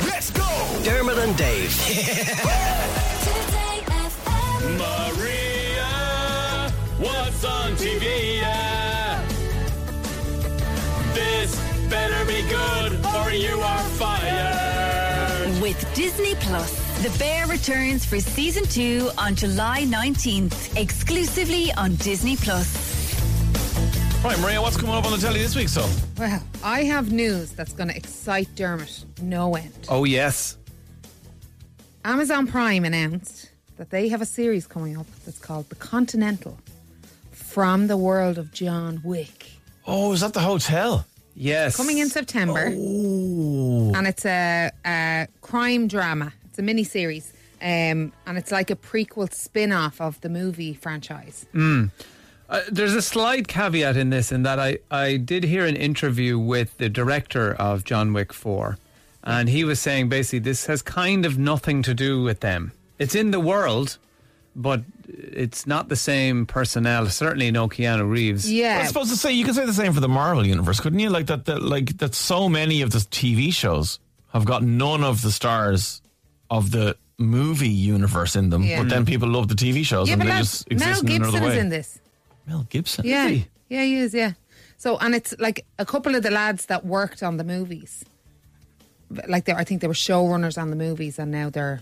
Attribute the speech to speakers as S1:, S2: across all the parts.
S1: Let's go!
S2: Dermot and Dave.
S3: Today FM.
S4: Maria, what's on TV? This better be good or you are fired.
S5: With Disney Plus, The Bear returns for season two on July 19th, exclusively on Disney Plus.
S4: Right, Maria, what's coming up on the telly this week, so?
S6: Well, I have news that's going to excite Dermot no end.
S4: Oh, yes.
S6: Amazon Prime announced that they have a series coming up that's called The Continental from the world of John Wick.
S4: Oh, is that the hotel?
S2: Yes.
S6: Coming in September.
S1: Oh.
S6: And it's a, a crime drama, it's a mini series. Um, and it's like a prequel spin off of the movie franchise.
S7: Uh, there's a slight caveat in this, in that I, I did hear an interview with the director of John Wick 4, and he was saying basically this has kind of nothing to do with them. It's in the world, but it's not the same personnel. Certainly no Keanu Reeves.
S6: Yeah.
S1: I was supposed to say you could say the same for the Marvel universe, couldn't you? Like that, that like that. So many of the TV shows have got none of the stars of the movie universe in them,
S6: Yeah.
S1: but then people love the TV shows
S6: yeah,
S1: and
S6: but
S1: they
S6: Mel,
S1: just
S6: Mel
S1: exist in
S6: Gibson
S1: another
S6: is
S1: way.
S6: in this.
S1: Mel Gibson,
S6: Yeah. Yeah, he is, yeah. So, and it's like a couple of the lads that worked on the movies. Like, they, I think they were showrunners on the movies and now they're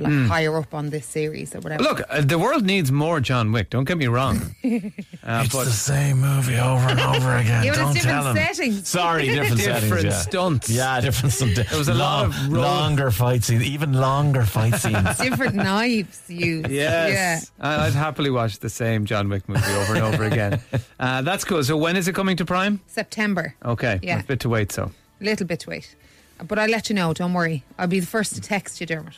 S6: like higher up on this series or whatever.
S7: Hmm. Look, uh, the world needs more John Wick, don't get me wrong. Uh,
S1: It's
S7: but
S1: the same movie over and over again.
S6: Yeah, but it's
S1: Don't
S6: different
S1: tell him.
S6: settings.
S1: Sorry, different, settings.
S7: Different
S1: Yeah.
S7: stunts.
S1: Yeah, different stunts. There
S7: was a lot of road-
S1: longer fight scenes, even longer fight scenes.
S6: different knives used.
S7: Yes. And I'd happily watch the same John Wick movie over and over again. Uh, that's cool. So when is it coming to Prime?
S6: Yeah. September.
S7: Okay.
S6: Yeah.
S7: A bit to wait, so.
S6: A little bit to wait. But I'll let you know, don't worry. I'll be the first to text you, Dermot.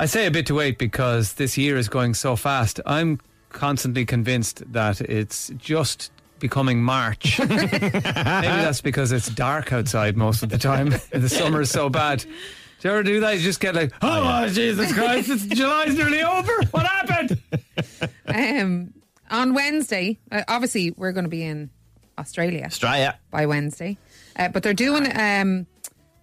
S7: I say a bit to wait because this year is going so fast. I'm constantly convinced that it's just becoming March. Maybe that's because it's dark outside most of the time. the summer is so bad. Do you ever do that? You just get like, oh, Jesus Christ, it's July's nearly over. What happened?
S6: Um, on Wednesday, uh, obviously, we're going to be in Australia.
S1: Australia.
S6: by Wednesday. Uh, but they're doing um,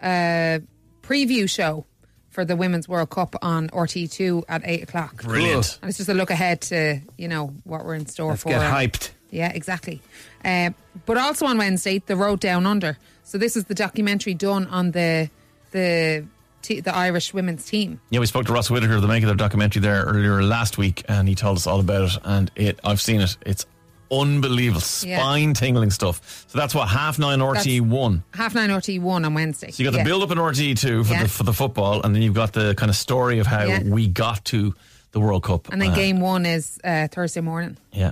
S6: a preview show for the Women's World Cup on RT2 at 8 o'clock.
S1: Brilliant.
S6: And it's just a look ahead to, you know, what we're in store
S7: Let's
S6: for.
S7: get hyped.
S6: Yeah, exactly. Uh, but also on Wednesday, The Road Down Under. So this is the documentary done on the the te- the Irish women's team.
S1: Yeah, we spoke to Ross Whitaker of the maker of the documentary there earlier last week, and he told us all about it. And it, I've seen it. It's unbelievable,
S6: Yeah.
S1: spine tingling stuff. So that's what half nine RT one.
S6: Half 9 RT1 on Wednesday.
S1: So you got the
S6: Yeah.
S1: build up in RT two for
S6: Yeah.
S1: the for the football, and then you've got the kind of story of how
S6: Yeah.
S1: we got to the World Cup.
S6: And then
S1: Uh,
S6: game one is uh, Thursday morning.
S1: yeah,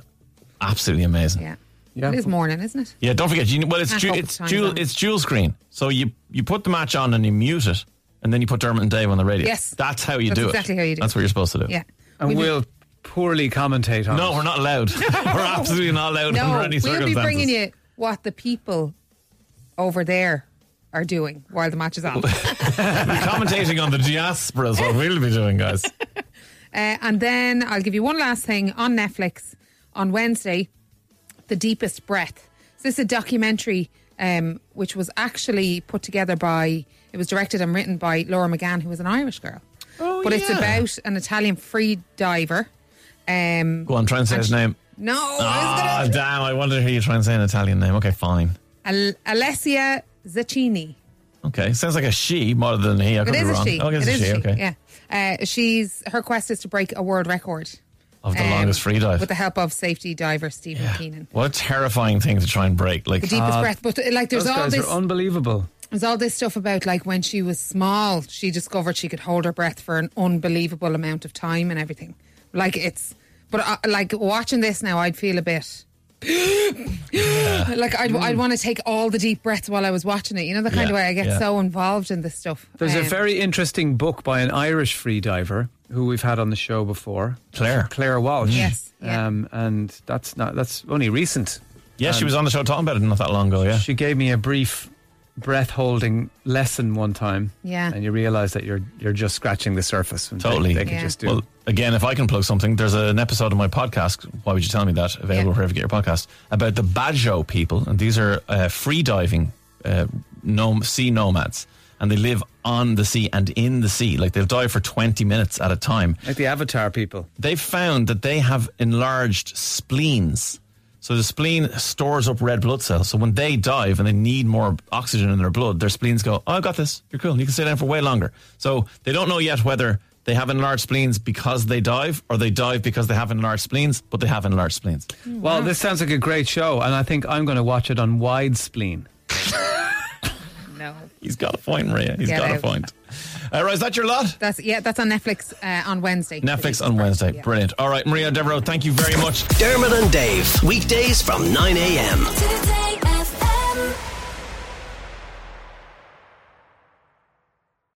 S1: absolutely amazing.
S6: Yeah.
S7: Yeah.
S6: It is morning, isn't it?
S1: Yeah, don't forget. You know, well, it's
S6: I
S1: du-
S6: hope
S1: it's
S6: time's
S1: dual
S6: on.
S1: it's dual screen. So you you put the match on and you mute it, and then you put Dermot and Dave on the radio.
S6: Yes.
S1: that's how you
S6: That's
S1: do it.
S6: exactly how you do
S1: That's
S6: it.
S1: what you're supposed to do.
S6: Yeah.
S7: And we'll poorly commentate on
S1: No,
S7: it.
S1: we're not allowed. we're absolutely not allowed
S6: No,
S1: under any
S6: we'll be
S1: circumstances.
S6: bringing you what the people over there are doing while the match is on. uh,
S1: We're commentating on the diaspora is what we'll be doing, guys.
S6: and then I'll give you one last thing on Netflix on Wednesday The Deepest Breath. So this is a documentary um, which was actually put together by, it was directed and written by Laura McGann, who was an Irish girl.
S1: Oh,
S6: but it's
S1: yeah.
S6: about an Italian free diver. Um,
S1: Go on, try and say his name.
S6: no, I
S1: Ah,
S6: was gonna-
S1: damn! I wanted to hear you try and say an Italian name. Okay, fine.
S6: Al- Alessia Zacchini.
S1: Okay, sounds like a she more than he. I could
S6: It
S1: be
S6: is a
S1: wrong.
S6: she.
S1: Okay, it's
S6: It
S1: a
S6: is
S1: she. Okay,
S6: Yeah. Uh, she's her quest is to break a world record
S1: of the
S6: um,
S1: longest free dive.
S6: with the help of safety diver Stephen Keenan.
S1: what a terrifying thing to try and break! Like
S6: The deepest breath, but uh, like
S7: Those
S6: there's all
S7: guys
S6: this,
S7: are unbelievable.
S6: there's all this stuff about like when she was small, she discovered she could hold her breath for an unbelievable amount of time and everything. Like it's, but uh, like watching this now, I'd feel a bit. like I'd, I'd want to take all the deep breaths while I was watching it. You know the kind
S1: Yeah,
S6: of way I get
S1: yeah.
S6: so involved in this stuff.
S7: There's a
S6: Um,
S7: very interesting book by an Irish freediver who we've had on the show before,
S1: Claire.
S7: Claire Walsh.
S6: Yes, yeah.
S7: Um, and that's not that's only recent.
S1: Yeah, she
S7: Um,
S1: was on the show talking about it not that long ago. Yeah,
S7: She gave me a brief breath holding lesson one time.
S6: Yeah.
S7: And you realize that you're you're just scratching the surface. and they-
S1: Totally.
S7: They, can
S6: Yeah.
S7: just do.
S1: well, again, if I can plug something, there's an episode of my podcast. Why would you tell me that? Available
S6: Yeah.
S1: wherever you get your podcast about the Bajo people, and these are uh, free diving uh, nom- sea nomads. and they live on the sea and in the sea. Like they'll dive for 20 minutes at a time.
S7: Like the Avatar people.
S1: They've found that they have enlarged spleens. So the spleen stores up red blood cells. So when they dive and they need more oxygen in their blood, their spleens go, Oh, I got this. You're cool. You can stay down for way longer. So they don't know yet whether they have enlarged spleens because they dive or they dive because they have enlarged spleens, but they have enlarged spleens.
S6: Mm,
S7: Well, this sounds like a great show, and I think I'm going to watch it on wide spleen.
S6: No.
S1: He's got a point, Maria. He's
S6: Get
S1: got a
S6: out.
S1: point. Uh, right, is that your lot?
S6: That's yeah, that's on Netflix uh, on Wednesday.
S1: Netflix on Wednesday. Brilliant. All right, Maria Devereaux, thank you very much.
S2: Dermot and Dave. Weekdays from 9 a.m.
S3: To the day